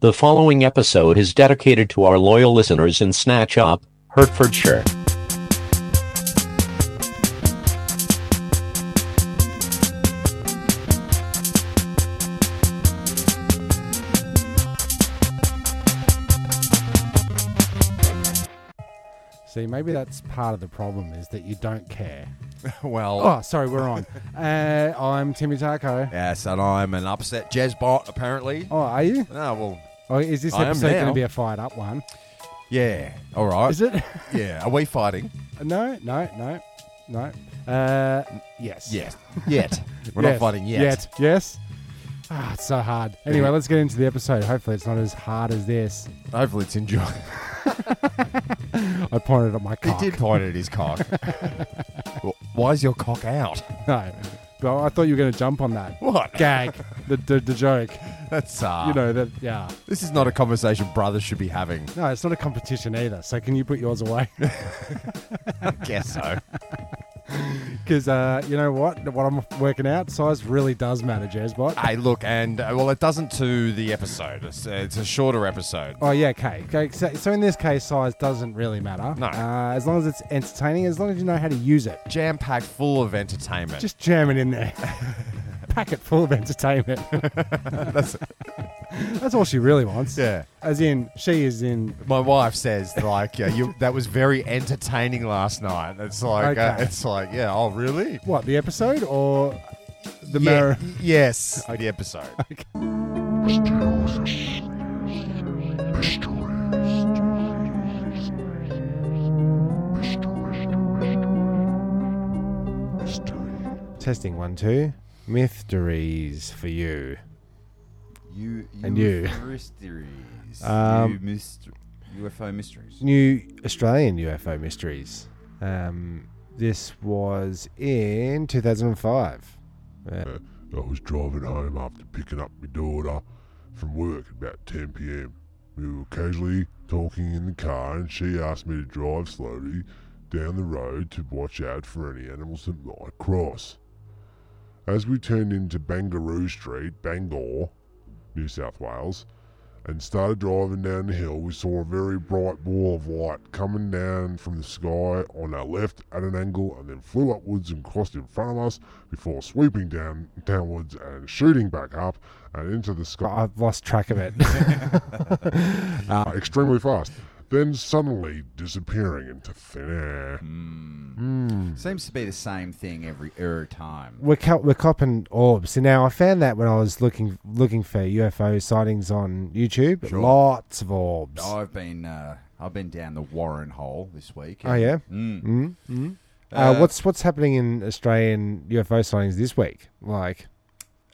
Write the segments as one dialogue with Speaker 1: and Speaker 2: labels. Speaker 1: The following episode is dedicated to our loyal listeners in Snatch Up, Hertfordshire.
Speaker 2: See, maybe that's part of the problem is that you don't care.
Speaker 3: Well,
Speaker 2: Oh, sorry, we're on. Uh, I'm Timmy Tarko.
Speaker 3: yes, and I'm an upset jazz bot, apparently.
Speaker 2: Oh, are you?
Speaker 3: Ah, well,
Speaker 2: Or is this
Speaker 3: I am
Speaker 2: episode going to
Speaker 3: now.
Speaker 2: be a fired up one?
Speaker 3: yeah, all right.
Speaker 2: Is it?
Speaker 3: Yeah, are we fighting?
Speaker 2: no, no, no, no. Uh, yes.
Speaker 3: Yes. Yet. We're
Speaker 2: Yes.
Speaker 3: not fighting yet.
Speaker 2: Yet. Yes. Ah, it's so hard. Anyway, let's get into the episode. Hopefully, it's not as hard as this.
Speaker 3: Hopefully it's enjoy.
Speaker 2: I pointed at my
Speaker 3: He
Speaker 2: cock.
Speaker 3: did point at his cock. Well, Why is your cock out?
Speaker 2: No, but I thought you were going to jump on that.
Speaker 3: What?
Speaker 2: Gag. the, the the joke.
Speaker 3: That's, uh,
Speaker 2: You know that. Yeah.
Speaker 3: this is not a conversation brothers should be having.
Speaker 2: No, it's not a competition either. So can you put yours away?
Speaker 3: Guess so.
Speaker 2: Because uh, you know what? What I'm working out, size really does matter, Jazzbot.
Speaker 3: hey, look, and, uh, well, it doesn't to the episode. It's, uh, it's a shorter episode.
Speaker 2: Oh yeah, okay. okay so, so in this case, size doesn't really matter.
Speaker 3: No.
Speaker 2: Uh, as long as it's entertaining, as long as you know how to use it,
Speaker 3: Jam packed full of entertainment.
Speaker 2: just jam it in there. Pack it full of entertainment.
Speaker 3: That's,
Speaker 2: That's all she really wants.
Speaker 3: yeah.
Speaker 2: As in, she is in.
Speaker 3: My wife says, like, yeah, you, that was very entertaining last night. It's like, uh,
Speaker 2: Okay.
Speaker 3: it's like, yeah, oh, really?
Speaker 2: What the episode or the
Speaker 3: yeah,
Speaker 2: mirror?
Speaker 3: y- Yes, the episode.
Speaker 4: Mysterious. Mysterious. Mysterious.
Speaker 2: Testing one two. Mysteries for you.
Speaker 5: You,
Speaker 2: And you.
Speaker 5: Mysteries.
Speaker 2: Um,
Speaker 5: you myster- UFO mysteries.
Speaker 2: new Australian UFO mysteries. Um, this was in 2005.
Speaker 4: I was driving home after picking up my daughter from work at about 10 pm. We were casually talking in the car, and she asked me to drive slowly down the road to watch out for any animals that might cross. As we turned into Bangaroo Street, Bangor, New South Wales, and started driving down the hill, we saw a very bright ball of light coming down from the sky on our left at an angle and then flew upwards and crossed in front of us before sweeping down downwards and shooting back up and into the
Speaker 2: But
Speaker 4: sky
Speaker 2: I've lost track of it.
Speaker 6: uh,
Speaker 4: extremely fast, then suddenly disappearing into thin air.
Speaker 2: Hmm.
Speaker 5: Seems to be the same thing every er time.
Speaker 2: we're, co- we're copping orbs. So now I found that when I was looking looking for UFO sightings on YouTube, lots of orbs. Oh,
Speaker 5: I've been uh, I've been down the Warren hole this week.
Speaker 2: Oh, yeah.
Speaker 5: Mm.
Speaker 2: mm mm. Uh,
Speaker 5: Uh,
Speaker 2: what's what's happening in Australian UFO sightings this week? Like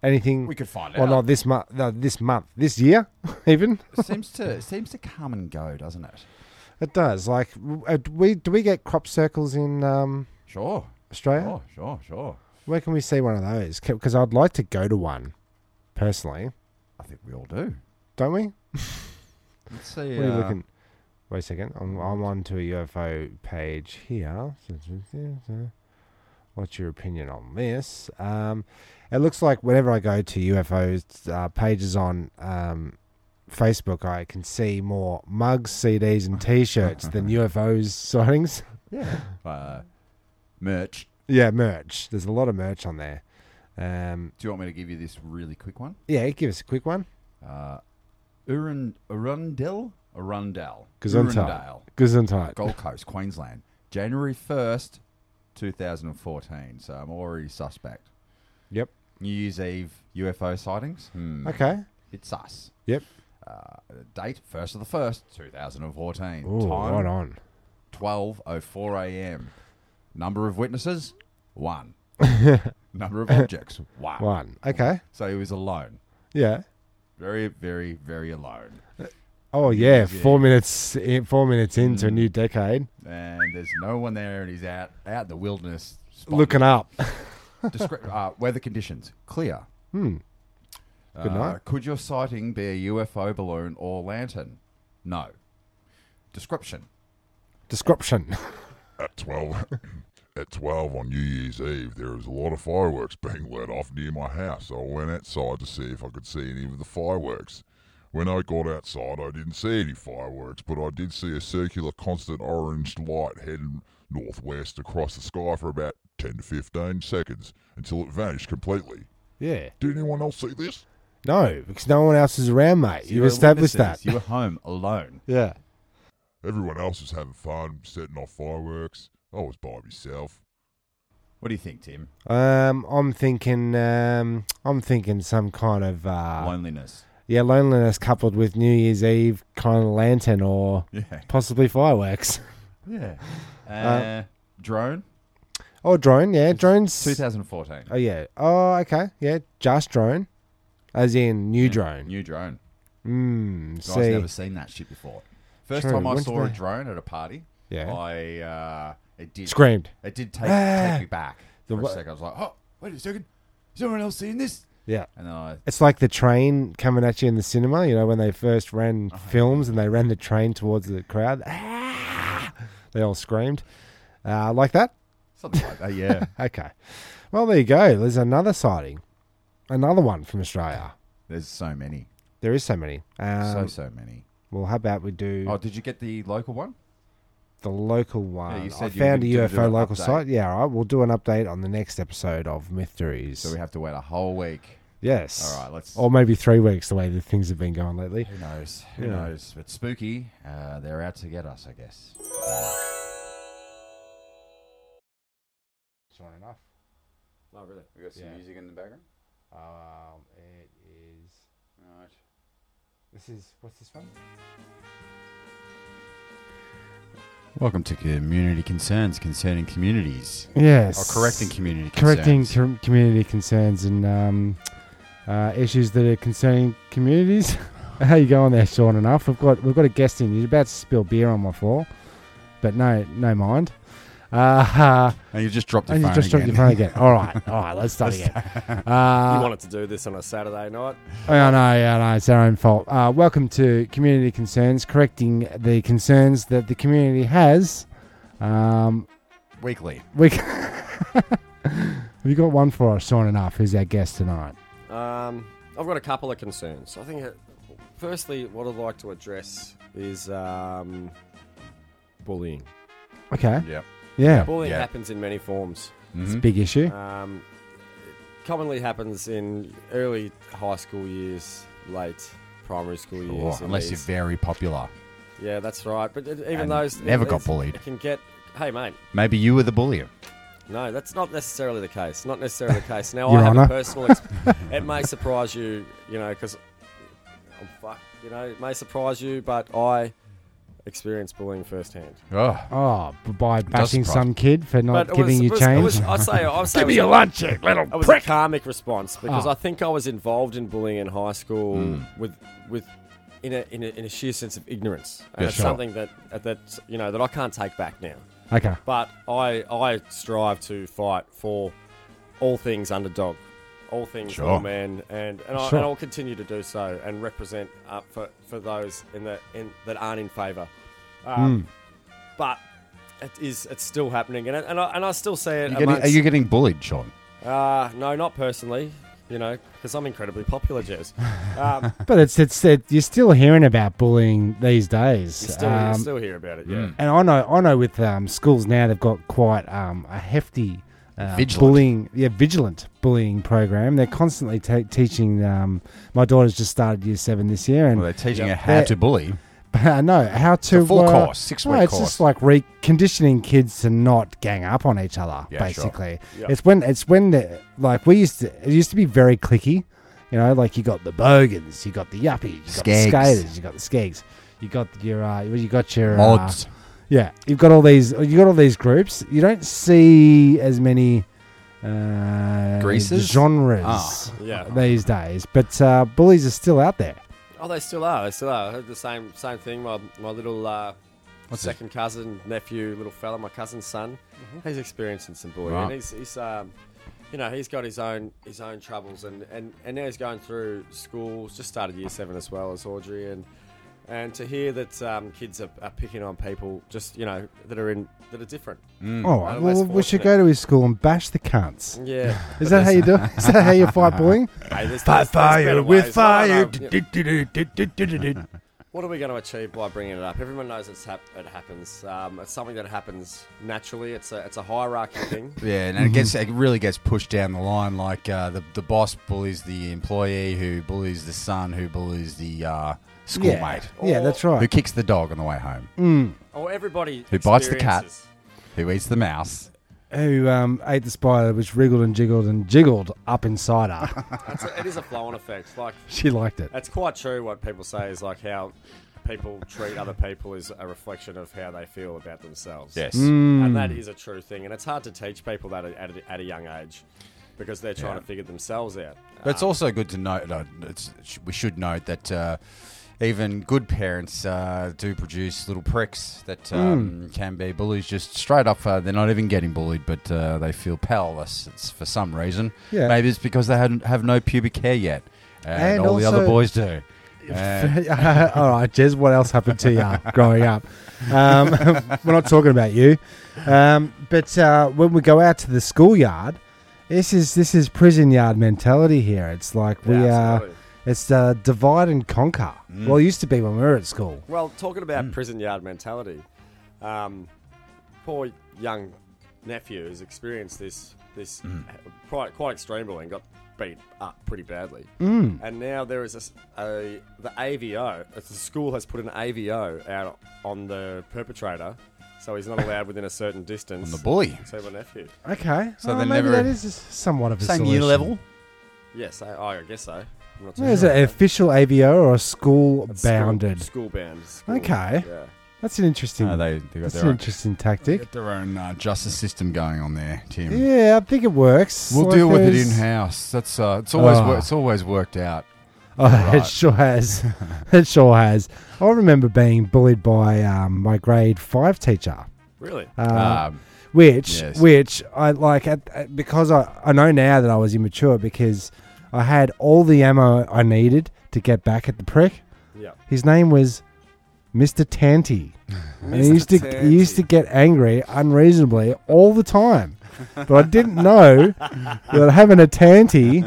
Speaker 2: anything?
Speaker 5: mm, We could find
Speaker 2: well,
Speaker 5: out.
Speaker 2: not this month. No, this month, this year, even.
Speaker 5: It seems to it seems to come and go, doesn't it?
Speaker 2: It does. Like, uh, do we do we get crop circles in um,
Speaker 5: Sure.
Speaker 2: Australia?
Speaker 5: Sure. Sure. Sure.
Speaker 2: Where can we see one of those? Because I'd like to go to one, personally.
Speaker 5: I think we all do.
Speaker 2: Don't we?
Speaker 5: Let's see.
Speaker 2: What are you
Speaker 5: uh,
Speaker 2: looking? Wait a second. I'm I'm onto a UFO page here. What's your opinion on this? Um, it looks like whenever I go to UFOs uh, pages on um, Facebook, I can see more mugs, CDs, and T-shirts than UFOs sightings.
Speaker 5: uh, merch.
Speaker 2: Yeah, merch. There's a lot of merch on there. Um,
Speaker 5: Do you want me to give you this really quick one?
Speaker 2: yeah, give us a quick one.
Speaker 5: Uh, Urund- Arundel. Arundel.
Speaker 2: Gesundheit.
Speaker 5: Urundale.
Speaker 2: Gesundheit.
Speaker 5: Gold Coast, Queensland, January 1st, 2014. So I'm already suspect.
Speaker 2: Yep.
Speaker 5: New Year's Eve UFO sightings? Hmm.
Speaker 2: Okay.
Speaker 5: It's us.
Speaker 2: Yep.
Speaker 5: Uh, date 1st of the 1st, 2014.
Speaker 2: Ooh, right
Speaker 5: Time
Speaker 2: on.
Speaker 5: 12.04 a.m. Number of witnesses? One. Number of objects? One.
Speaker 2: One. Okay.
Speaker 5: So he was alone.
Speaker 2: Yeah.
Speaker 5: Very, very, very alone.
Speaker 2: Oh yeah, Mm. four minutes. In, four minutes into a new decade,
Speaker 5: And there's no one there, and he's out, out in the wilderness. spotting
Speaker 2: looking up.
Speaker 5: Descri- uh, weather conditions clear. Hmm.
Speaker 2: Good night.
Speaker 5: Could your sighting be a UFO balloon or lantern? No. Description.
Speaker 2: Description.
Speaker 4: At 12, at 12 on New Year's Eve, there was a lot of fireworks being let off near my house. So I went outside to see if I could see any of the fireworks.
Speaker 6: When I got outside, I didn't see any fireworks, but I did see a circular constant orange light heading northwest across the sky for about 10 to 15 seconds until it vanished completely.
Speaker 2: Yeah.
Speaker 6: Did anyone else see this?
Speaker 2: No, because no one else is around, mate.
Speaker 5: You
Speaker 2: You've
Speaker 5: were
Speaker 2: established
Speaker 5: witnesses.
Speaker 2: that.
Speaker 5: You were home alone.
Speaker 2: yeah.
Speaker 6: Everyone else was having fun, setting off fireworks. I was by myself.
Speaker 5: What do you think, Tim?
Speaker 2: Um, I'm thinking. Um, I'm thinking some kind of uh,
Speaker 5: Loneliness.
Speaker 2: yeah loneliness coupled with New Year's Eve kind of lantern or
Speaker 5: Yeah.
Speaker 2: possibly fireworks
Speaker 5: Yeah. Uh, drone.
Speaker 2: or drone. Yeah, drones.
Speaker 5: 2014.
Speaker 2: Oh yeah. Oh okay. Yeah, just drone, as in new drone.
Speaker 5: New drone.
Speaker 2: Mm,
Speaker 5: I've never
Speaker 2: see.
Speaker 5: seen that shit before. First
Speaker 2: True.
Speaker 5: time I
Speaker 2: When's
Speaker 5: saw a
Speaker 2: that?
Speaker 5: drone at a party,
Speaker 2: Yeah.
Speaker 5: I uh, it did
Speaker 2: Screamed.
Speaker 5: It did take
Speaker 2: Ah.
Speaker 5: take me back
Speaker 2: The
Speaker 5: for
Speaker 2: wha-
Speaker 5: a second. I was like, oh, wait a second, is anyone else seeing this?
Speaker 2: Yeah.
Speaker 5: And then I
Speaker 2: It's like the train coming at you in the cinema. You know when they first ran
Speaker 5: Oh,
Speaker 2: films and they ran the train towards the crowd. Ah! They all screamed, uh, like that.
Speaker 5: something like that. Yeah,
Speaker 2: Okay. Well, there you go. There's another sighting, another one from Australia.
Speaker 5: there's so many,
Speaker 2: There is so many.
Speaker 5: so
Speaker 2: Um,
Speaker 5: so many.
Speaker 2: well, how about we do
Speaker 5: Oh, did you get the local one?
Speaker 2: the local one?
Speaker 5: you
Speaker 2: I
Speaker 5: said you were
Speaker 2: found a
Speaker 5: gonna do- do
Speaker 2: UFO
Speaker 5: an
Speaker 2: local
Speaker 5: update.
Speaker 2: site. Yeah, all right. We'll do an update on the next episode of Mysteries.
Speaker 5: So we have to wait a whole week.
Speaker 2: yes.
Speaker 5: All right, let's.
Speaker 2: Or maybe three weeks, the way that things have been going lately.
Speaker 5: who knows? Who
Speaker 2: Yeah.
Speaker 5: knows? But spooky, uh, they're out to get us, I guess.
Speaker 2: Sure enough.
Speaker 5: Oh, really? We got
Speaker 2: some music
Speaker 5: in the background.
Speaker 2: Um, it is.
Speaker 5: Right.
Speaker 2: This is what's this one?
Speaker 5: Welcome to Community Concerns Concerning Communities.
Speaker 2: Yes.
Speaker 5: Or Oh, correcting community
Speaker 2: correcting
Speaker 5: concerns.
Speaker 2: com- community concerns and um, uh, issues that are concerning communities. How you going there, Sean? Enough. We've got we've got a guest in. You're about to spill beer on my floor, but no, no mind. Uh, uh,
Speaker 5: And you just dropped your
Speaker 2: and you
Speaker 5: phone
Speaker 2: just dropped
Speaker 5: again.
Speaker 2: your phone again. All right, all right. Let's start again.
Speaker 7: You
Speaker 2: Uh,
Speaker 7: wanted to do this on a Saturday night.
Speaker 2: oh no, yeah, no, it's our own fault. Uh, welcome to community concerns, correcting the concerns that the community has. Um,
Speaker 5: Weekly.
Speaker 2: we have you got one for us, Sean? Enough. Who's our guest tonight?
Speaker 7: Um, I've got a couple of concerns. I think, it, firstly, what I'd like to address is um, bullying.
Speaker 2: Okay.
Speaker 5: Yeah.
Speaker 2: Yeah.
Speaker 7: Bullying
Speaker 5: Yeah.
Speaker 7: happens in many forms.
Speaker 5: Mhm.
Speaker 2: Big issue.
Speaker 7: Um, it commonly happens in early high school years, late primary school years. at
Speaker 5: Oh, unless you're
Speaker 7: least.
Speaker 5: very popular.
Speaker 7: yeah, that's right. But it- even
Speaker 5: And
Speaker 7: those
Speaker 5: never got
Speaker 7: it's-
Speaker 5: bullied.
Speaker 7: It can get. Hey, mate.
Speaker 5: Maybe you were the bullier.
Speaker 7: No, that's not necessarily the case. Not necessarily the case. Now
Speaker 2: Your
Speaker 7: I have
Speaker 2: Honour.
Speaker 7: a personal. Ex- it may surprise you, you know, because I'm fucked. You know, it may surprise you, but I experienced bullying firsthand.
Speaker 5: Oh,
Speaker 2: Oh, b- by bashing
Speaker 5: surprise
Speaker 2: some kid for not
Speaker 7: but it
Speaker 2: giving
Speaker 7: was,
Speaker 2: you
Speaker 7: it was,
Speaker 2: change.
Speaker 7: It was, I'd say, I'd say it was,
Speaker 2: lunch, you little
Speaker 7: it was a karmic response because
Speaker 2: Ah.
Speaker 7: I think I was involved in bullying in high school
Speaker 5: Hmm.
Speaker 7: with with in a, in a in a sheer sense of ignorance. And
Speaker 5: Yeah,
Speaker 7: it's
Speaker 5: sure.
Speaker 7: something that that you know that I can't take back now.
Speaker 2: Okay.
Speaker 7: But I I strive to fight for all things underdog, all things
Speaker 5: Sure.
Speaker 7: all men, and and, I,
Speaker 2: Sure.
Speaker 7: and I'll continue to do so and represent uh, for for those in the in that aren't in favour. Um,
Speaker 5: Hmm.
Speaker 7: But it is it's still happening, and I- and I, and I still see it.
Speaker 5: You getting-
Speaker 7: amongst,
Speaker 5: are you getting bullied, Sean?
Speaker 7: Uh, no, not personally. You know, because I'm incredibly popular, Jez. Um,
Speaker 2: But it's, it's it, you're still hearing about bullying these days.
Speaker 7: you still,
Speaker 2: Um,
Speaker 7: you still hear about it, yeah.
Speaker 2: and I know I know with um, schools now they've got quite um, a hefty uh,
Speaker 5: Vigilant.
Speaker 2: bullying, yeah, vigilant bullying program. They're constantly ta teaching. Um, my daughter's just started year seven this year, and
Speaker 5: Well, they're teaching
Speaker 2: Yep.
Speaker 5: you how
Speaker 2: They're-
Speaker 5: to bully.
Speaker 2: Uh, no, how to
Speaker 5: a full
Speaker 2: uh,
Speaker 5: course, six-week
Speaker 2: no, it's
Speaker 5: course.
Speaker 2: just like re- conditioning kids to not gang up on each other.
Speaker 5: Yeah, sure.
Speaker 2: basically,
Speaker 7: Yeah.
Speaker 2: it's when it's when the like we used to it used to be very clicky. You know, like you got the bogans, you got the yuppies, you got the
Speaker 5: Skegs.
Speaker 2: skaters, you got the skegs, you got your uh, you got your uh,
Speaker 5: Mods.
Speaker 2: yeah, you've got all these you got all these groups. You don't see as many uh,
Speaker 5: Greases?
Speaker 2: genres
Speaker 5: Ah.
Speaker 7: Yeah.
Speaker 2: these days, but uh, bullies are still out there.
Speaker 7: Oh, they still are. They still are. I heard the same same thing. My my little uh,
Speaker 5: What's his-
Speaker 7: second cousin, nephew, little fella, my cousin's son. He's experiencing some bullying.
Speaker 5: Mm-hmm. Right.
Speaker 7: And he's he's um, you know, he's got his own his own troubles, and and and now he's going through school. Just started year seven as well as Audrey, and and to hear that um, kids are, are picking on people just you know that are in that are different.
Speaker 2: Oh,
Speaker 7: No, Hmm. less
Speaker 2: well, we should
Speaker 7: fortunate.
Speaker 2: go to his school and bash the cunts.
Speaker 7: Yeah,
Speaker 2: Is that how you do it? Is that how you fight bullying?
Speaker 7: hey, there's, there's, there's better ways. No, no, no, yeah. What are we going to achieve by bringing it up? Everyone knows it's hap- it happens. Um, it's something that happens naturally. It's a it's a hierarchy thing.
Speaker 5: Yeah, and it gets it really gets pushed down the line. Like uh, the the boss bullies the employee, who bullies the son, who bullies the uh, schoolmate,
Speaker 2: Yeah, that's
Speaker 7: Oh.
Speaker 5: who
Speaker 2: right.
Speaker 5: kicks the dog on the way home,
Speaker 7: Or Oh, everybody
Speaker 5: Who bites the cat.
Speaker 7: experiences-
Speaker 5: who eats the mouse.
Speaker 2: Who um, ate the spider, which wriggled and jiggled and jiggled up inside her.
Speaker 7: That's a, it is a flow-on effect. Like
Speaker 2: she liked it.
Speaker 7: That's quite true. What people say is like how people treat other people is a reflection of how they feel about themselves. Yes, and
Speaker 5: Mm.
Speaker 7: that is a true thing. And it's hard to teach people that at a, at a young age because they're trying to figure themselves out.
Speaker 5: But it's also good to note. Uh, it's, sh- we should note that uh, even good parents uh, do produce little pricks that
Speaker 2: Hmm.
Speaker 5: um, can be bullies. Just straight up, uh, they're not even getting bullied, but uh, they feel powerless it's for some reason.
Speaker 2: Yeah.
Speaker 5: Maybe it's because they hadn't have no pubic hair yet, and,
Speaker 2: And
Speaker 5: all the other
Speaker 2: also-
Speaker 5: boys do. Uh,
Speaker 2: All right, Jez, what else happened to you growing up? Um, we're not talking about you. Um, but uh, when we go out to the schoolyard, this is this is prison yard mentality here. It's like we
Speaker 7: Yeah,
Speaker 2: are.
Speaker 7: absolutely.
Speaker 2: It's uh, divide and conquer. Well, it used to be when we were at school.
Speaker 7: Well, talking
Speaker 2: Mm.
Speaker 7: about prison yard mentality, um, poor young nephew has experienced this this
Speaker 2: Mm.
Speaker 7: quite quite extreme bullying, got beat up pretty badly, mm. and now there is a s a the AVO. it's The school has put an AVO out on the perpetrator, so he's not allowed within a certain distance.
Speaker 5: the bully.
Speaker 7: So my nephew.
Speaker 2: Okay,
Speaker 5: So
Speaker 2: Oh,
Speaker 5: they
Speaker 2: maybe
Speaker 5: never-
Speaker 2: that is somewhat of a
Speaker 5: Same year
Speaker 2: solution.
Speaker 5: level.
Speaker 7: Yes, I, I guess so. I'm not too
Speaker 2: Yeah, is
Speaker 7: sure.
Speaker 2: it an official AVO or a school
Speaker 7: It's school-
Speaker 2: bounded?
Speaker 7: School bound. school-
Speaker 2: Okay.
Speaker 7: Yeah.
Speaker 2: That's an interesting.
Speaker 5: Uh, they they got
Speaker 2: that's
Speaker 5: their
Speaker 2: an
Speaker 5: own,
Speaker 2: interesting tactic.
Speaker 5: got their own uh, justice system going on there, Tim.
Speaker 2: Yeah, I think it works.
Speaker 5: We'll
Speaker 2: Like
Speaker 5: deal with it
Speaker 2: there's-
Speaker 5: in house. That's uh, it's always
Speaker 2: Ah.
Speaker 5: wor- it's always worked out.
Speaker 2: Oh, it
Speaker 5: Right.
Speaker 2: sure has. it sure has. I remember being bullied by um, my grade five teacher,
Speaker 7: Really?
Speaker 2: uh,
Speaker 5: Um,
Speaker 2: which
Speaker 5: yes.
Speaker 2: which I like at, at- because I, I know now that I was immature because I had all the ammo I needed to get back at the prick.
Speaker 7: Yeah.
Speaker 2: His name was Mr. Tanty. And he
Speaker 7: Mr.
Speaker 2: used to he used to get angry unreasonably all the time. But I didn't know that having a tanty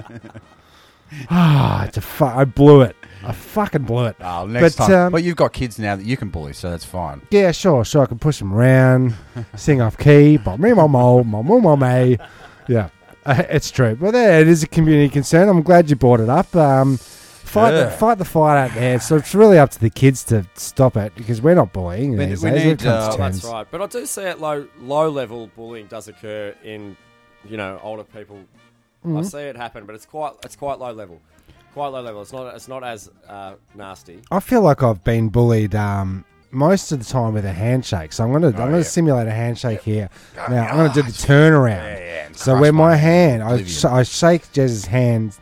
Speaker 2: Ah, it's a fu- I blew it. I fucking blew it.
Speaker 5: oh, next
Speaker 2: but,
Speaker 5: time.
Speaker 2: um,
Speaker 5: but you've got kids now that you can bully, so that's fine.
Speaker 2: Yeah, sure, sure. I can push him around, sing off key, but me, my mo, my mo, my may. Yeah, uh, it's true. But there, it is a community concern. I'm glad you brought it up. Um, fight, the,
Speaker 5: Yeah.
Speaker 2: fight the fight out there. So it's really up to the kids to stop it because we're not bullying
Speaker 5: We-
Speaker 2: these
Speaker 5: we
Speaker 2: days.
Speaker 5: need,
Speaker 2: We're comes to
Speaker 5: uh,
Speaker 7: Well, Oh, that's
Speaker 2: terms.
Speaker 7: right. But I do see at low low level bullying does occur in you know older people. I see it happen, but it's quite it's quite low level, quite low level. It's not it's not as uh, nasty.
Speaker 2: I feel like I've been bullied um, most of the time with a handshake. So I'm gonna
Speaker 5: Oh,
Speaker 2: I'm gonna simulate a handshake here. now I'm gonna do the turnaround. so
Speaker 5: crush
Speaker 2: where my
Speaker 5: mine.
Speaker 2: hand, I,
Speaker 5: Oblivion.
Speaker 2: sh- I shake Jez's hand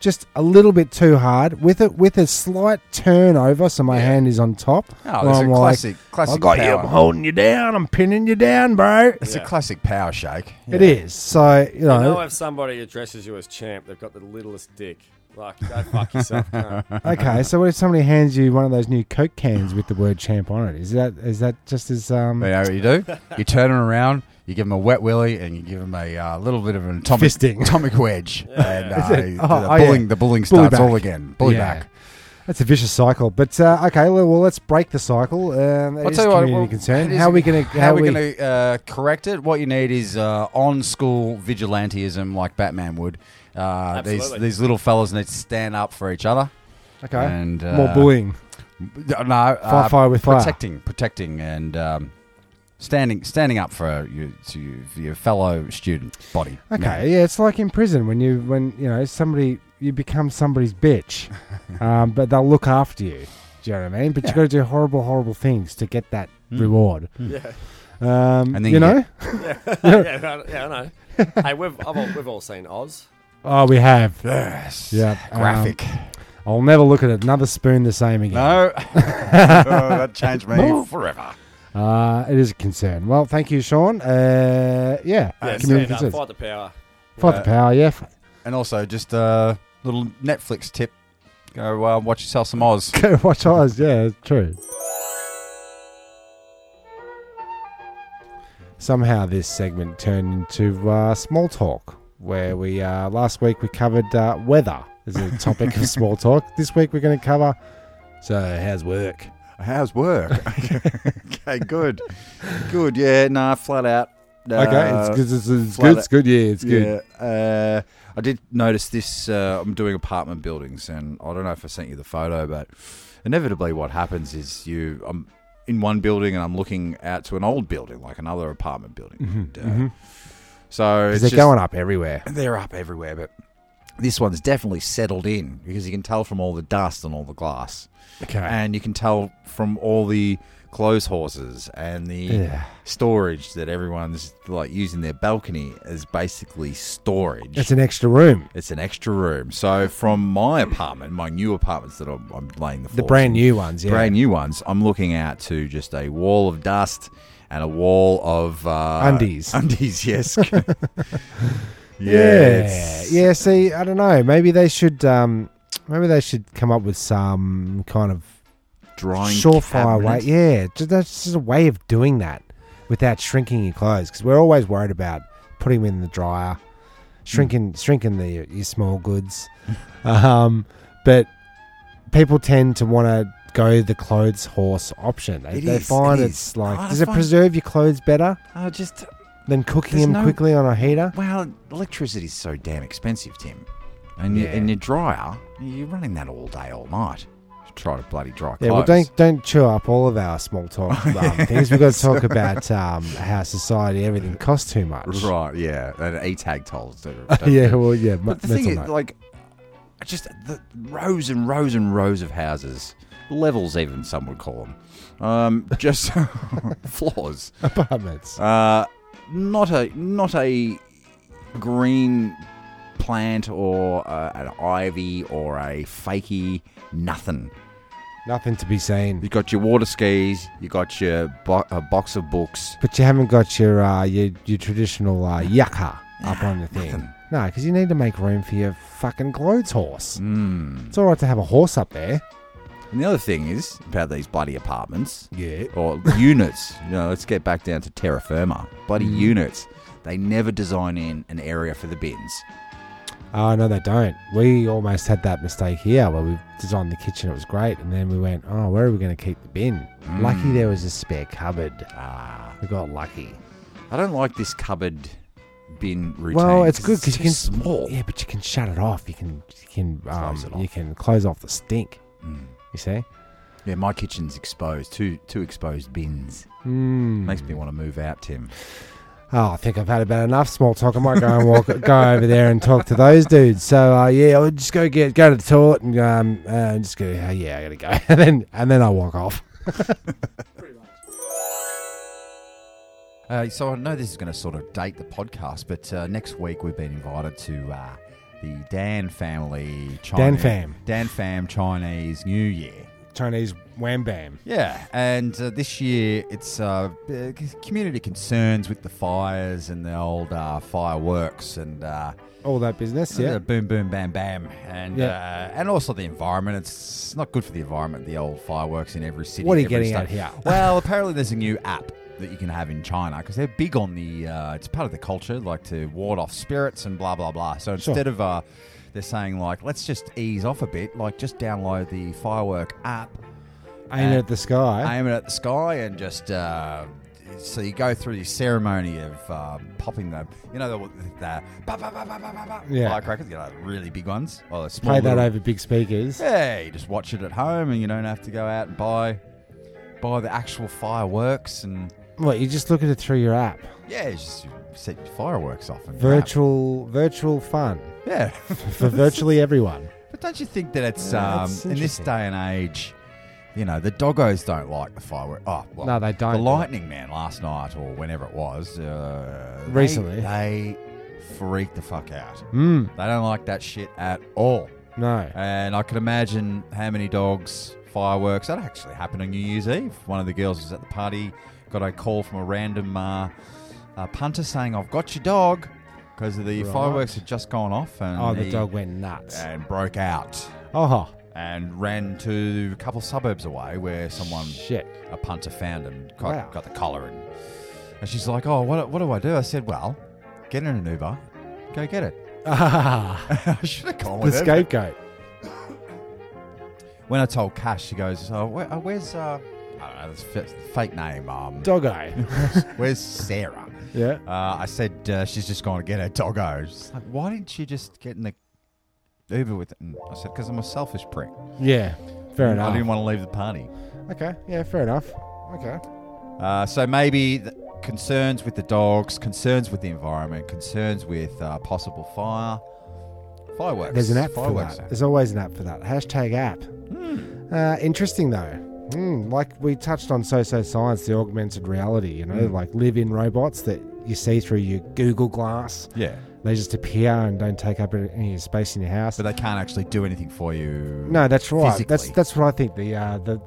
Speaker 2: just a little bit too hard with it with a slight turn over, so my hand is on top.
Speaker 5: Oh,
Speaker 2: And
Speaker 5: it's a
Speaker 2: I'm
Speaker 5: classic,
Speaker 2: I
Speaker 5: classic.
Speaker 2: got you. I'm
Speaker 5: power.
Speaker 2: holding you down. I'm pinning you down, bro.
Speaker 5: It's a classic power shake.
Speaker 2: It is. So you know.
Speaker 7: I know if somebody addresses you as champ, they've got the littlest dick. Like go fuck yourself. cunt.
Speaker 2: okay. So what if somebody hands you one of those new Coke cans with the word champ on it? Is that is that just as um?
Speaker 5: You know what you do? You turn them around, you give them a wet willy, and you give them a uh, little bit of an atomic,
Speaker 2: Fisting.
Speaker 5: atomic wedge. And uh,
Speaker 2: Oh,
Speaker 5: the,
Speaker 2: oh, yeah.
Speaker 5: bullying, the bullying
Speaker 2: Bully
Speaker 5: starts all
Speaker 2: back.
Speaker 5: again. Bully
Speaker 2: Yeah.
Speaker 5: back.
Speaker 2: That's a vicious cycle. But uh, okay, well, well, let's break the cycle. Um, that
Speaker 5: I'll
Speaker 2: is
Speaker 5: tell you what,
Speaker 2: community
Speaker 5: well,
Speaker 2: concern.
Speaker 5: it is-
Speaker 2: How are we going to?
Speaker 5: how are we going to uh, correct it? What you need is uh, on school vigilantism, like Batman would. Uh, these
Speaker 7: Absolutely.
Speaker 5: these little fellas need to stand up for each other.
Speaker 2: Okay.
Speaker 5: and,
Speaker 2: More
Speaker 5: uh,
Speaker 2: bullying.
Speaker 5: No, uh,
Speaker 2: Fire, fire with fire.
Speaker 5: protecting, protecting, and um, standing standing up for your, to your- for your fellow student body.
Speaker 2: Okay, yeah, it's like in prison when you when you know somebody you become somebody's bitch, um, but they'll look after you. Do you know what I mean? But you
Speaker 5: Yeah. Hmm.
Speaker 2: got to do horrible, horrible things to get that reward.
Speaker 7: yeah,
Speaker 2: Um,
Speaker 5: And then
Speaker 2: you
Speaker 5: you
Speaker 2: know,
Speaker 7: yeah, I- yeah, I know. Hey, we've I've all, we've all seen Oz.
Speaker 2: oh, we have.
Speaker 5: Yes.
Speaker 2: Yeah, um,
Speaker 5: Graphic.
Speaker 2: I'll never look at another spoon the same again.
Speaker 5: no. Oh, that changed me forever.
Speaker 2: Uh, it is a concern. Well, thank you, Sean. Uh, yeah,
Speaker 7: Yeah,
Speaker 2: community
Speaker 7: stand up,
Speaker 2: concerns.
Speaker 7: fight the power.
Speaker 2: Uh, Fight the power, yeah.
Speaker 5: And also, just a little Netflix tip.
Speaker 8: Go uh, watch yourself some Oz.
Speaker 2: Go watch Oz. Yeah, it's true. Somehow this segment turned into uh, small talk, where we uh, last week we covered uh, weather as a topic of small talk. This week we're going to cover. So how's work?
Speaker 8: How's work? okay, good, good. Yeah, nah, flat out.
Speaker 2: okay,
Speaker 8: Uh,
Speaker 2: it's, good, it's, it's
Speaker 8: flat
Speaker 2: good. It's good. Yeah, it's good.
Speaker 8: Yeah, uh, I did notice this. Uh, I'm doing apartment buildings, and I don't know if I sent you the photo, but inevitably, what happens is you. I'm in one building, and I'm looking out to an old building, like another apartment building. and, uh, So
Speaker 2: 'Cause
Speaker 8: it's
Speaker 2: Mm-hmm. they're
Speaker 8: just-
Speaker 2: going up everywhere.
Speaker 8: they're up everywhere, but this one's definitely settled in because you can tell from all the dust and all the glass,
Speaker 2: Okay.
Speaker 8: and you can tell from all the clothes horses and the
Speaker 2: yeah.
Speaker 8: storage that everyone's like using their balcony as basically storage.
Speaker 2: It's an extra room.
Speaker 8: It's an extra room. So from my apartment, my new apartments that I'm, I'm laying the
Speaker 2: The
Speaker 8: floors
Speaker 2: brand
Speaker 8: in,
Speaker 2: new ones. Yeah.
Speaker 8: brand new ones, I'm looking out to just a wall of dust and a wall of uh,
Speaker 2: Undies.
Speaker 8: Undies, yes.
Speaker 2: Yeah.
Speaker 8: Yes.
Speaker 2: Yeah. See, I don't know. Maybe they should. Um, maybe they should come up with some kind of
Speaker 8: Drying
Speaker 2: surefire way.
Speaker 8: cabinet.
Speaker 2: Yeah, just, that's just a way of doing that without shrinking your clothes because we're always worried about putting them in the dryer, shrinking shrinking the your small goods. um, but people tend to want to go the clothes horse option. They,
Speaker 8: It
Speaker 2: they
Speaker 8: is,
Speaker 2: find
Speaker 8: it
Speaker 2: it's
Speaker 8: is.
Speaker 2: like
Speaker 8: I
Speaker 2: does it
Speaker 8: find-
Speaker 2: preserve your clothes better
Speaker 8: Oh, just
Speaker 2: than cooking
Speaker 8: There's
Speaker 2: them
Speaker 8: no-
Speaker 2: quickly on a heater?
Speaker 8: well, electricity's so damn expensive, Tim. And
Speaker 2: Yeah.
Speaker 8: your, and your dryer, you're running that all day, all night. to Try to bloody dry clothes.
Speaker 2: Yeah, well, don't don't chew up all of our small talk um, things. We've got to talk about um, how society everything costs too much.
Speaker 8: Right, yeah, and e-tag tolls. Don't,
Speaker 2: yeah, well, yeah.
Speaker 8: But the thing is, like, just the rows and rows and rows of houses, levels even some would call them, um, just floors.
Speaker 2: apartments.
Speaker 8: Uh, not a not a green plant or uh, an ivy or a fakey nothing.
Speaker 2: Nothing to be seen.
Speaker 8: You got your water skis, you got your bo- a box of books.
Speaker 2: But you haven't got your uh, your, your traditional uh, yucca up on the thing.
Speaker 8: nothing.
Speaker 2: No, because you need to make room for your fucking clothes horse.
Speaker 8: Mm.
Speaker 2: It's all right to have a horse up there.
Speaker 8: And the other thing is about these bloody apartments.
Speaker 2: Yeah.
Speaker 8: or units. You know, let's get back down to terra firma. Bloody
Speaker 2: Hmm.
Speaker 8: units. They never design in an area for the bins.
Speaker 2: Oh no, they don't. We almost had that mistake here where we designed the kitchen. It was great, and then we went, oh, where are we going to keep the bin? Lucky there was a spare cupboard.
Speaker 8: Ah,
Speaker 2: We got lucky.
Speaker 8: I don't like this cupboard bin routine.
Speaker 2: Well, it's good because you
Speaker 8: too
Speaker 2: can
Speaker 5: Oh.
Speaker 8: small.
Speaker 2: Yeah, but you can shut it off. You can you can
Speaker 8: Close
Speaker 2: um,
Speaker 8: it off.
Speaker 2: you can close off the stink.
Speaker 8: Mm.
Speaker 2: You see?
Speaker 8: Yeah, my kitchen's exposed. Two two exposed bins.
Speaker 2: Mm.
Speaker 8: Makes me want to move out, Tim.
Speaker 2: Oh, I think I've had about enough small talk. I might go and walk, go over there and talk to those dudes. So uh, yeah, I'll just go get go to the toilet and um, uh, just go. Uh, yeah, I gotta go, and then and then I walk off.
Speaker 5: Uh, so I know this is going to sort of date the podcast, but uh, next week we've been invited to uh, the Dan family
Speaker 2: Dan
Speaker 5: Chinese
Speaker 2: fam,
Speaker 5: Dan fam Chinese New Year.
Speaker 2: Chinese wham bam.
Speaker 5: Yeah, and uh, this year it's uh, uh, community concerns with the fires and the old uh, fireworks and uh,
Speaker 2: All that business. Yeah,
Speaker 5: uh, boom, boom, bam, bam, and
Speaker 2: Yeah.
Speaker 5: uh, and also the environment. It's not good for the environment. The old fireworks in every city.
Speaker 2: What are you
Speaker 5: every
Speaker 2: getting
Speaker 5: state.
Speaker 2: at here?
Speaker 5: Well, apparently there's a new app that you can have in China because they're big on the. Uh, it's part of the culture, like to ward off spirits and blah blah blah. So
Speaker 2: Sure.
Speaker 5: instead of uh, they're saying like, let's just ease off a bit, like just download the firework app
Speaker 2: aiming
Speaker 5: uh,
Speaker 2: at the sky.
Speaker 5: aim it at the sky and just uh, so you go through the ceremony of uh, popping the you know the, the ba, ba, ba, ba, ba, ba, ba,
Speaker 2: Yeah.
Speaker 5: firecrackers you know the really big ones well the small
Speaker 2: Play that
Speaker 5: little-
Speaker 2: over big speakers.
Speaker 5: yeah you just watch it at home and you don't have to go out and buy buy the actual fireworks and
Speaker 2: What you just look at it through your app.
Speaker 5: yeah it's just you set your fireworks off and you're out.
Speaker 2: Virtual virtual fun
Speaker 5: yeah
Speaker 2: for virtually everyone.
Speaker 5: but don't you think that it's
Speaker 2: Yeah,
Speaker 5: um,
Speaker 2: that's
Speaker 5: in this
Speaker 2: interesting.
Speaker 5: day and age you know the doggos don't like the firework oh well
Speaker 2: No, they
Speaker 5: The
Speaker 2: don't.
Speaker 5: Lightning Man last night or whenever it was. Uh, they-
Speaker 2: Recently.
Speaker 5: They, freaked the fuck out.
Speaker 2: Mm,
Speaker 5: They don't like that shit at all.
Speaker 2: no.
Speaker 5: And I can imagine how many dogs, fireworks. That actually happened on New Year's Eve. One of the girls was at the party, got a call from a random uh, uh, punter saying, I've got your dog. Because the
Speaker 2: Right.
Speaker 5: fireworks had just gone off and
Speaker 2: Oh, the
Speaker 5: he-
Speaker 2: dog went nuts.
Speaker 5: and broke out.
Speaker 2: Oh,
Speaker 5: and ran to a couple suburbs away where someone,
Speaker 2: Shit.
Speaker 5: a punter, found him, got,
Speaker 2: Wow.
Speaker 5: got the collar. And, and she's like, Oh, what, what do I do? I said, Well, get in an Uber, go get it.
Speaker 2: Ah,
Speaker 5: I should have gone
Speaker 2: the
Speaker 5: with her.
Speaker 2: scapegoat.
Speaker 5: When I told Cash, she goes, oh, where, uh, Where's, uh, I don't know, this f- fake name, um,
Speaker 2: Doggo.
Speaker 5: where's Sarah?
Speaker 2: yeah.
Speaker 5: Uh, I said uh, she's just going to get her doggo. She's like, why didn't you just get in the Uber with it? And I said, because I'm a selfish prick.
Speaker 2: Yeah. Fair
Speaker 5: I didn't
Speaker 2: enough.
Speaker 5: want to leave the party.
Speaker 2: Okay. Yeah, fair enough. Okay.
Speaker 5: Uh, so maybe th concerns with the dogs, concerns with the environment, concerns with uh, possible fire, fireworks.
Speaker 2: There's an app for
Speaker 5: fireworks.
Speaker 2: that. There's always an app for that. Hashtag app.
Speaker 5: Hmm.
Speaker 2: Uh, interesting though. Hmm, like we touched on so-so science, the augmented reality. You know,
Speaker 5: Hmm.
Speaker 2: like live-in robots that you see through your Google Glass.
Speaker 5: Yeah,
Speaker 2: They just appear and don't take up any of your space in your house.
Speaker 5: but they can't actually do anything for you.
Speaker 2: No, that's right. That's
Speaker 5: physically.
Speaker 2: that's what I think. The uh, the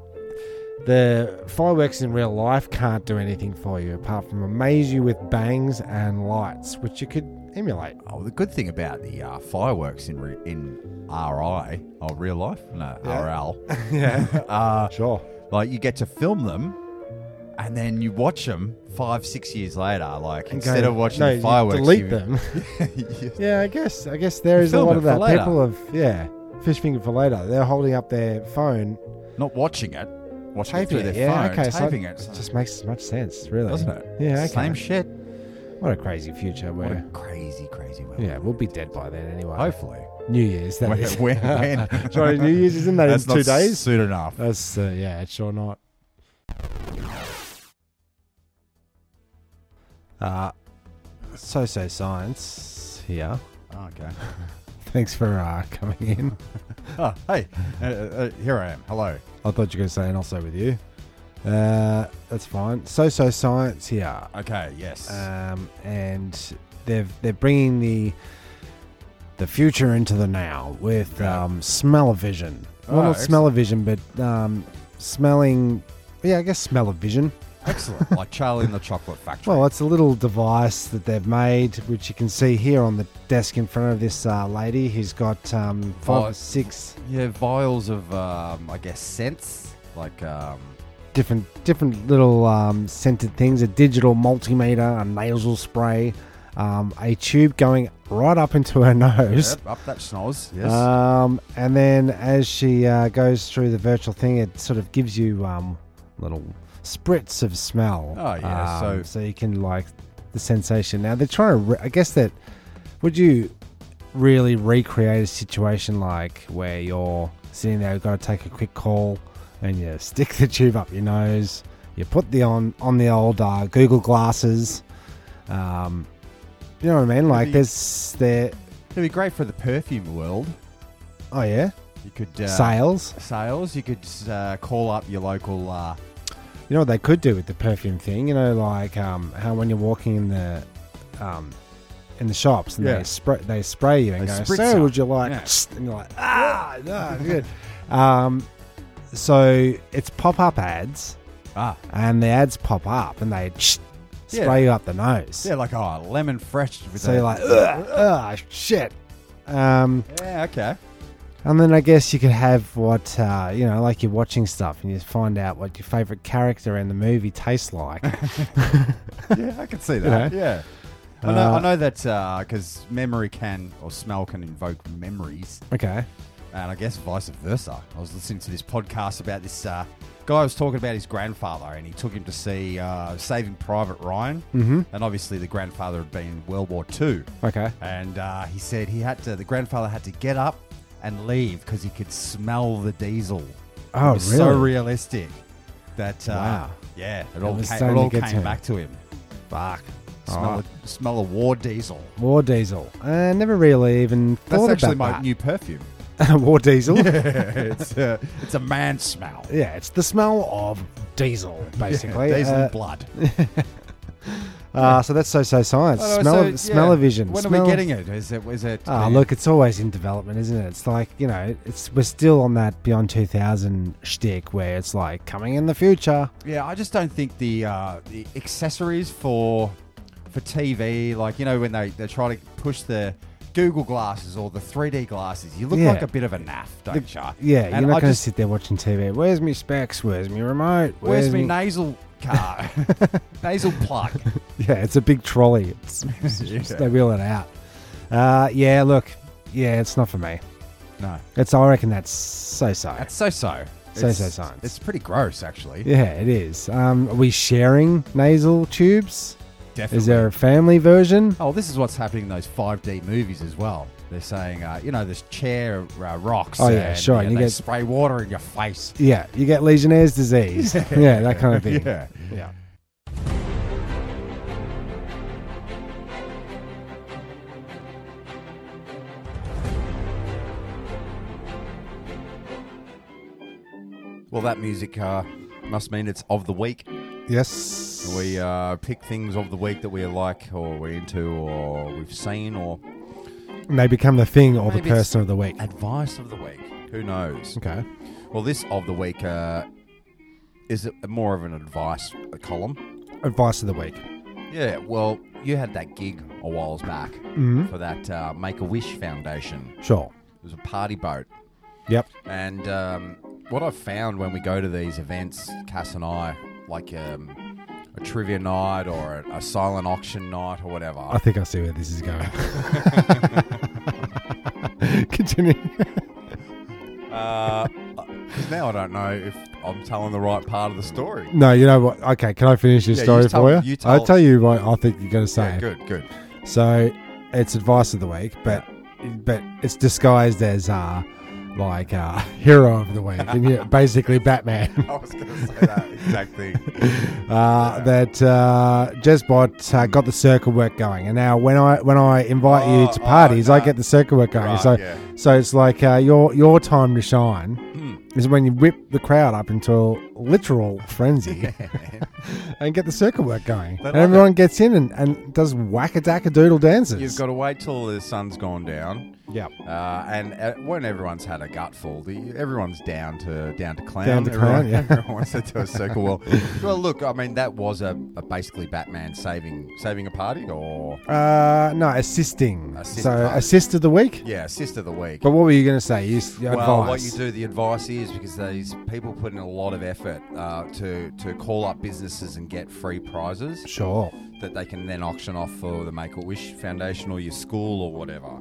Speaker 2: the fireworks in real life can't do anything for you apart from amaze you with bangs and lights, which you could emulate.
Speaker 5: Oh, the good thing about the uh, fireworks in re- in RI, oh, real life, no RL,
Speaker 2: yeah,
Speaker 5: uh,
Speaker 2: sure.
Speaker 5: like you get to film them and then you watch them five six years later like instead
Speaker 2: Go-
Speaker 5: of watching
Speaker 2: no,
Speaker 5: the fireworks
Speaker 2: you delete
Speaker 5: you-
Speaker 2: them.
Speaker 5: you-
Speaker 2: yeah, I guess I guess there is a
Speaker 5: film
Speaker 2: lot
Speaker 5: it
Speaker 2: of
Speaker 5: for
Speaker 2: that.
Speaker 5: later.
Speaker 2: People have yeah, fish finger for later. They're holding up their phone,
Speaker 5: not watching it watching
Speaker 2: taping
Speaker 5: it through
Speaker 2: it.
Speaker 5: their
Speaker 2: Yeah,
Speaker 5: phone
Speaker 2: okay, so
Speaker 5: taping it
Speaker 2: it just makes as much sense, really,
Speaker 5: doesn't it
Speaker 2: Yeah, okay.
Speaker 5: same shit
Speaker 2: What a crazy future.
Speaker 5: what a
Speaker 2: Where
Speaker 5: crazy crazy world
Speaker 2: yeah, we'll be dead by then anyway.
Speaker 5: hopefully
Speaker 2: New Year's. That
Speaker 5: when,
Speaker 2: is.
Speaker 5: when, when
Speaker 2: Sorry, New Year's isn't that in
Speaker 5: that's
Speaker 2: two
Speaker 5: not
Speaker 2: days?
Speaker 5: soon enough
Speaker 2: That's uh, yeah, it's sure not. Uh, so so science here.
Speaker 5: oh, okay
Speaker 2: Thanks for uh, coming in.
Speaker 5: oh, hey uh, uh, here i am hello
Speaker 2: I thought you were going to say, and also with you. Uh, that's fine. So so science here.
Speaker 5: okay yes
Speaker 2: um, and they've they're bringing the the future into the now with um, smell-o-vision. Well,
Speaker 5: Oh,
Speaker 2: not
Speaker 5: excellent.
Speaker 2: smell-o-vision, but um, smelling. Yeah, I guess smell-o-vision.
Speaker 5: excellent like charlie in the chocolate factory
Speaker 2: Well, it's a little device that they've made, which you can see here on the desk in front of this uh, lady who's got um, five
Speaker 5: Oh,
Speaker 2: or six
Speaker 5: yeah vials of um, i guess scents like um,
Speaker 2: different different little um, scented things a digital multimeter, a nasal spray, um, a tube going right up into her nose.
Speaker 5: Yep, up that schnoz. Yes.
Speaker 2: Um, and then as she uh, goes through the virtual thing, it sort of gives you um, little spritz of smell.
Speaker 5: Oh, yeah,
Speaker 2: Um,
Speaker 5: so-
Speaker 2: so you can like the sensation. Now they're trying to. Re- I guess that would you really recreate a situation like where you're sitting there, got to take a quick call, and you stick the tube up your nose. You put the on on the old uh, Google glasses. Um, you know what I mean? Like
Speaker 5: Maybe-
Speaker 2: there's there.
Speaker 5: It'd be great for the perfume world.
Speaker 2: Oh yeah,
Speaker 5: You could uh,
Speaker 2: sales.
Speaker 5: sales. You could uh, call up your local. Uh,
Speaker 2: You know what they could do with the perfume thing? You know, like um, how when you're walking in the um, in the shops and
Speaker 5: Yeah.
Speaker 2: they spray they spray you and
Speaker 5: They
Speaker 2: go,
Speaker 5: spritz
Speaker 2: "So
Speaker 5: you."
Speaker 2: would you like?"
Speaker 5: Yeah.
Speaker 2: And you're like, "Ah, no, good." um, so it's pop up ads,
Speaker 5: ah,
Speaker 2: and the ads pop up and they
Speaker 5: Yeah.
Speaker 2: spray you up the nose.
Speaker 5: yeah, like oh, lemon fresh. With
Speaker 2: So
Speaker 5: a-
Speaker 2: you're like, "Ugh, ugh, shit." Um,
Speaker 5: yeah, okay.
Speaker 2: and then I guess you could have what, uh, you know, like you're watching stuff and you find out what your favorite character in the movie tastes like.
Speaker 5: yeah, I can see that.
Speaker 2: know?
Speaker 5: Yeah. I know,
Speaker 2: Uh,
Speaker 5: I know that because memory can, or smell can invoke memories,
Speaker 2: okay.
Speaker 5: and I guess vice versa. I was listening to this podcast about this uh, guy was talking about his grandfather, and he took him to see uh, Saving Private Ryan, mm-hmm. and obviously the grandfather had been in World War Two.
Speaker 2: Okay.
Speaker 5: and uh, he said he had to. The grandfather had to get up and leave because he could smell the diesel.
Speaker 2: Oh,
Speaker 5: it was So
Speaker 2: really?
Speaker 5: realistic that uh,
Speaker 2: Wow.
Speaker 5: yeah, it
Speaker 2: It
Speaker 5: all
Speaker 2: was
Speaker 5: came, it
Speaker 2: starting to
Speaker 5: all
Speaker 2: get to
Speaker 5: came
Speaker 2: him.
Speaker 5: back to him.
Speaker 2: Fuck.
Speaker 5: Smell, a, smell a war diesel.
Speaker 2: War diesel. I never really even
Speaker 5: That's
Speaker 2: thought
Speaker 5: actually my
Speaker 2: about
Speaker 5: new perfume.
Speaker 2: that. War diesel. Yeah.
Speaker 5: it's a, it's a man smell.
Speaker 2: it's the smell of diesel, basically.
Speaker 5: Diesel
Speaker 2: Uh,
Speaker 5: and blood.
Speaker 2: uh, so that's so so science.
Speaker 5: Oh, no,
Speaker 2: smell,
Speaker 5: so,
Speaker 2: of,
Speaker 5: yeah,
Speaker 2: smell of vision.
Speaker 5: When
Speaker 2: Smell
Speaker 5: are
Speaker 2: of-
Speaker 5: we getting it? Is it? Is it?
Speaker 2: Ah, look, it's always in development, isn't it? It's like you know, it's we're still on that Beyond Two Thousand shtick where it's like coming in the future.
Speaker 5: Yeah, I just don't think the uh, the accessories for for TV, like you know, when they they try to push the Google glasses or the 3D glasses, you look
Speaker 2: Yeah.
Speaker 5: like a bit of a naff, don't you?
Speaker 2: Yeah,
Speaker 5: And
Speaker 2: you're not going
Speaker 5: I
Speaker 2: to
Speaker 5: just-
Speaker 2: sit there watching TV. Where's me specs? Where's me remote?
Speaker 5: Where's my nasal car? nasal plug.
Speaker 2: Yeah, it's a big trolley. It's, it's-
Speaker 5: Yeah.
Speaker 2: They wheel it out. Uh, yeah, look, yeah, it's not for me.
Speaker 5: No.
Speaker 2: It's I reckon that's so so.
Speaker 5: That's so so.
Speaker 2: So-so science.
Speaker 5: It's pretty gross, actually.
Speaker 2: yeah, it is. Um, are we sharing nasal tubes?
Speaker 5: Definitely.
Speaker 2: Is there a family version?
Speaker 5: Oh, this is what's happening in those 5D movies as well. They're saying, uh, you know, this chair uh, rocks.
Speaker 2: Oh, yeah,
Speaker 5: and,
Speaker 2: sure,
Speaker 5: you
Speaker 2: and you
Speaker 5: they
Speaker 2: get-
Speaker 5: spray water in your face.
Speaker 2: Yeah, you get Legionnaire's disease. yeah, that kind of thing.
Speaker 5: Yeah.
Speaker 2: yeah.
Speaker 5: Well, that music uh, must mean it's of the week.
Speaker 2: Yes.
Speaker 5: We uh, pick things of the week that we like or we're into or we've seen or
Speaker 2: And they become the thing or the
Speaker 5: Maybe
Speaker 2: person
Speaker 5: it's-
Speaker 2: of the week.
Speaker 5: advice of the week. Who knows?
Speaker 2: Okay.
Speaker 5: Well, this of the week uh, is it more of an advice column.
Speaker 2: Advice of the week.
Speaker 5: Yeah, well, you had that gig a whiles back
Speaker 2: Mhm.
Speaker 5: for that uh, Make a Wish Foundation.
Speaker 2: Sure.
Speaker 5: It was a party boat,
Speaker 2: Yep.
Speaker 5: and um, what I've found when we go to these events, Cass and I, like um, a trivia night or a, a silent auction night or whatever.
Speaker 2: I think I see where this is going. Continue.
Speaker 5: uh, 'cause now I don't know if I'm telling the right part of the story.
Speaker 2: No, you know what? Okay, can I finish your
Speaker 5: Yeah, you
Speaker 2: story
Speaker 5: tell-
Speaker 2: for you?
Speaker 5: you
Speaker 2: I'll
Speaker 5: tell-
Speaker 2: tell you what I think you're going to say.
Speaker 5: Yeah, good, good.
Speaker 2: So it's advice of the week, but but it's disguised as uh like uh hero of the week, and you basically Batman.
Speaker 5: I was going to say that exact thing.
Speaker 2: Uh, that uh, Jezbot uh, got the circle work going, and now when I when I invite you
Speaker 5: Oh,
Speaker 2: to
Speaker 5: oh,
Speaker 2: parties, I
Speaker 5: no.
Speaker 2: get the circle work going.
Speaker 5: Right,
Speaker 2: so
Speaker 5: yeah.
Speaker 2: so it's like uh, your your time to shine
Speaker 5: Hmm.
Speaker 2: is when you whip the crowd up into literal frenzy and get the circle work going,
Speaker 5: They
Speaker 2: and
Speaker 5: love
Speaker 2: everyone gets in and, and does whack a dack a doodle dances.
Speaker 5: You've got to wait till the sun's gone down,
Speaker 2: yep.
Speaker 5: uh, and uh, when everyone's had a gutful, the, everyone's down to down to clown.
Speaker 2: Down to
Speaker 5: everyone,
Speaker 2: clown, yeah.
Speaker 5: everyone wants to do a circle. Well, well, look, I mean that was a, a basically Batman saving saving a party, or
Speaker 2: Uh, no, assisting.
Speaker 5: Assist
Speaker 2: so
Speaker 5: party.
Speaker 2: assist of the week.
Speaker 5: yeah, assist of the week.
Speaker 2: But what were you going to say? You s- your
Speaker 5: well,
Speaker 2: advice.
Speaker 5: what you do, the advice is because these people put in a lot of effort uh, to to call up businesses and get free prizes.
Speaker 2: Sure.
Speaker 5: that they can then auction off for the Make a Wish Foundation or your school or whatever.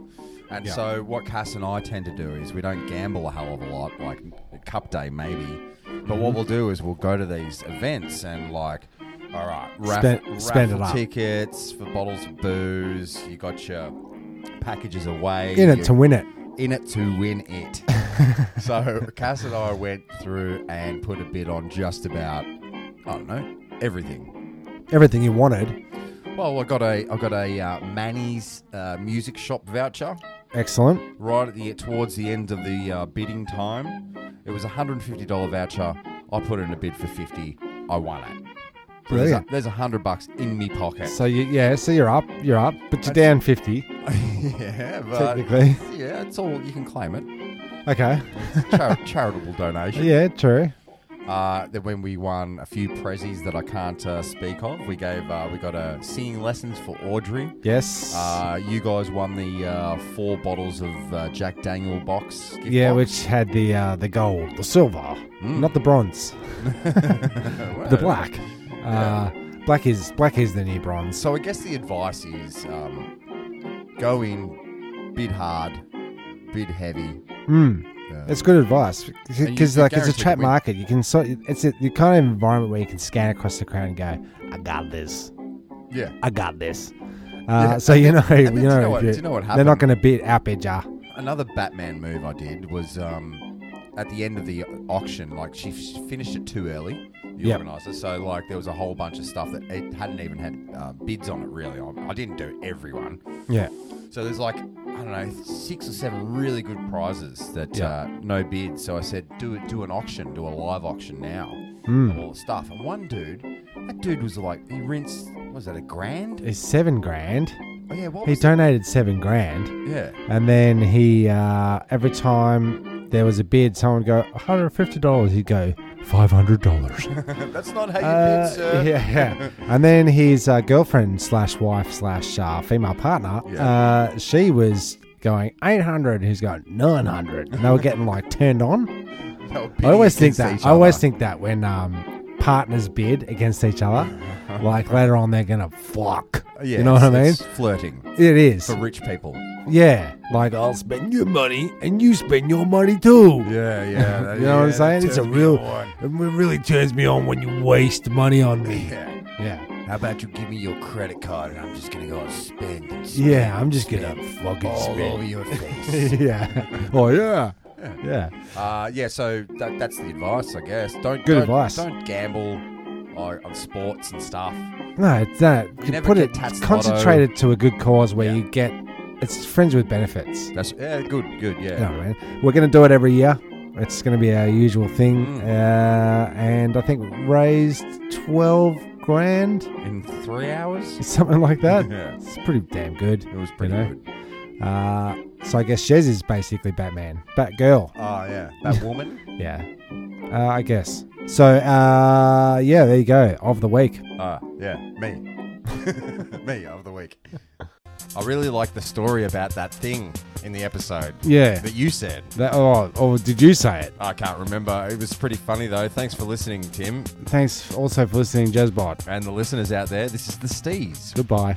Speaker 5: And so, what Cass and I tend to do is we don't gamble a hell of a lot, like Cup Day maybe. But
Speaker 2: Mm-hmm.
Speaker 5: what we'll do is we'll go to these events and like, all right, raff-
Speaker 2: Spend- spend it
Speaker 5: raffle
Speaker 2: up.
Speaker 5: tickets for bottles of booze. You got your packages away.
Speaker 2: In it
Speaker 5: you-
Speaker 2: to win it.
Speaker 5: in it to win it. so Cass and I went through and put a bid on just about I don't know everything.
Speaker 2: Everything you wanted.
Speaker 5: Well, I got a I got a uh, Manny's uh, music shop voucher
Speaker 2: Excellent.
Speaker 5: right at the towards the end of the uh, bidding time. It was a hundred and fifty dollar voucher. I put in a bid for fifty. I won it. So there's a,
Speaker 2: Brilliant.
Speaker 5: there's a hundred bucks in me pocket.
Speaker 2: So you, yeah, so you're up, you're up, but you're down fifty
Speaker 5: yeah, but
Speaker 2: technically.
Speaker 5: yeah, it's all you can claim it.
Speaker 2: Okay.
Speaker 5: Char- charitable donation.
Speaker 2: Yeah, true.
Speaker 5: Uh, then when we won a few prezzies that I can't uh, speak of, we gave uh, we got a singing lessons for Audrey.
Speaker 2: Yes.
Speaker 5: Uh, you guys won the uh, four bottles of uh, Jack Daniel box. gift
Speaker 2: yeah,
Speaker 5: box.
Speaker 2: which had the uh, the gold, the silver,
Speaker 5: Hmm.
Speaker 2: not the bronze, the black. Uh, black is black is the new bronze.
Speaker 5: So I guess the advice is um, go in, bid hard, bid heavy.
Speaker 2: Hmm.
Speaker 5: Uh,
Speaker 2: That's good advice
Speaker 5: And
Speaker 2: because
Speaker 5: you-
Speaker 2: like it's a
Speaker 5: guaranteed
Speaker 2: trap
Speaker 5: to win.
Speaker 2: market. You can sort it's a, the kind of environment where you can scan across the crowd and go, "I got this,
Speaker 5: yeah.
Speaker 2: I got this." Uh,
Speaker 5: Um, Yeah,
Speaker 2: so you know, you know,
Speaker 5: then do you know
Speaker 2: if
Speaker 5: what-
Speaker 2: you-
Speaker 5: do you know what
Speaker 2: They're not
Speaker 5: happened?
Speaker 2: going to beat our bid, yeah.
Speaker 5: Another Batman move I did was um, at the end of the auction, like she f- finished it too early, the
Speaker 2: Yep.
Speaker 5: organizer. So like there was a whole bunch of stuff that it hadn't even had uh, bids on it really. I, I didn't do everyone.
Speaker 2: Yeah,
Speaker 5: So there's like I don't know six or seven really good prizes that
Speaker 2: Yeah.
Speaker 5: uh, no bid. So I said do it, do an auction, do a live auction now
Speaker 2: Hmm.
Speaker 5: of all the stuff. And one dude, that dude was like he rinsed. what Was that a grand?
Speaker 2: it's seven grand.
Speaker 5: Oh yeah, what
Speaker 2: He
Speaker 5: was that?
Speaker 2: donated seven grand,
Speaker 5: Yeah,
Speaker 2: and then he uh, every time there was a bid, someone would go one hundred fifty dollars. He'd go five hundred dollars.
Speaker 5: that's not how you
Speaker 2: Uh,
Speaker 5: bid, sir.
Speaker 2: yeah, yeah. and then his uh, girlfriend slash wife slash uh, female partner,
Speaker 5: Yeah.
Speaker 2: uh, she was going 800, who's going 900, and they were getting like turned on. I always think that. I always think that when um, partners bid against each other, like later on they're gonna fuck.
Speaker 5: Yeah,
Speaker 2: you know what I mean?
Speaker 5: it's- it's flirting
Speaker 2: It is.
Speaker 5: for oh, rich people.
Speaker 2: Yeah, like I'll spend your money and you spend your money too.
Speaker 5: Yeah, yeah.
Speaker 2: You know what I'm saying? It's a real. It really turns me on when you waste money on me. Yeah. Yeah.
Speaker 5: How about you give me your credit card and I'm just gonna go and spend. and spend
Speaker 2: Yeah. I'm just gonna fucking
Speaker 5: all
Speaker 2: spend.
Speaker 5: over your face.
Speaker 2: yeah. Oh yeah. Yeah.
Speaker 5: Uh, yeah, so that, that's the advice, I guess. Don't
Speaker 2: Good
Speaker 5: don't-
Speaker 2: advice.
Speaker 5: Don't gamble on, on sports and stuff.
Speaker 2: No, it's that. You
Speaker 5: never
Speaker 2: put
Speaker 5: get
Speaker 2: it
Speaker 5: Tats Lotto.
Speaker 2: concentrated to a good cause where
Speaker 5: Yeah.
Speaker 2: you get. It's friends with benefits.
Speaker 5: That's yeah, good, good, yeah.
Speaker 2: No, man. We're going to do it every year. It's going to be our usual thing. Uh, and I think we raised 12 grand,
Speaker 5: In three hours,
Speaker 2: something like that.
Speaker 5: Yeah.
Speaker 2: It's pretty damn good.
Speaker 5: it was pretty
Speaker 2: know?
Speaker 5: good.
Speaker 2: Uh, so I guess Shez is basically Batman, Batgirl.
Speaker 5: Oh yeah, that woman.
Speaker 2: Yeah. Uh, I guess. So, uh, yeah, there you go. Of the week.
Speaker 5: Ah, yeah, me, me of the week. I really like the story about that thing in the episode
Speaker 2: Yeah.
Speaker 5: that you said.
Speaker 2: That, oh, oh, did you say it?
Speaker 5: I can't remember. It was pretty funny though. Thanks for listening, Tim,
Speaker 2: Thanks also for listening, Jazzbot.
Speaker 5: and the listeners out there. This is the Stees.
Speaker 2: Goodbye.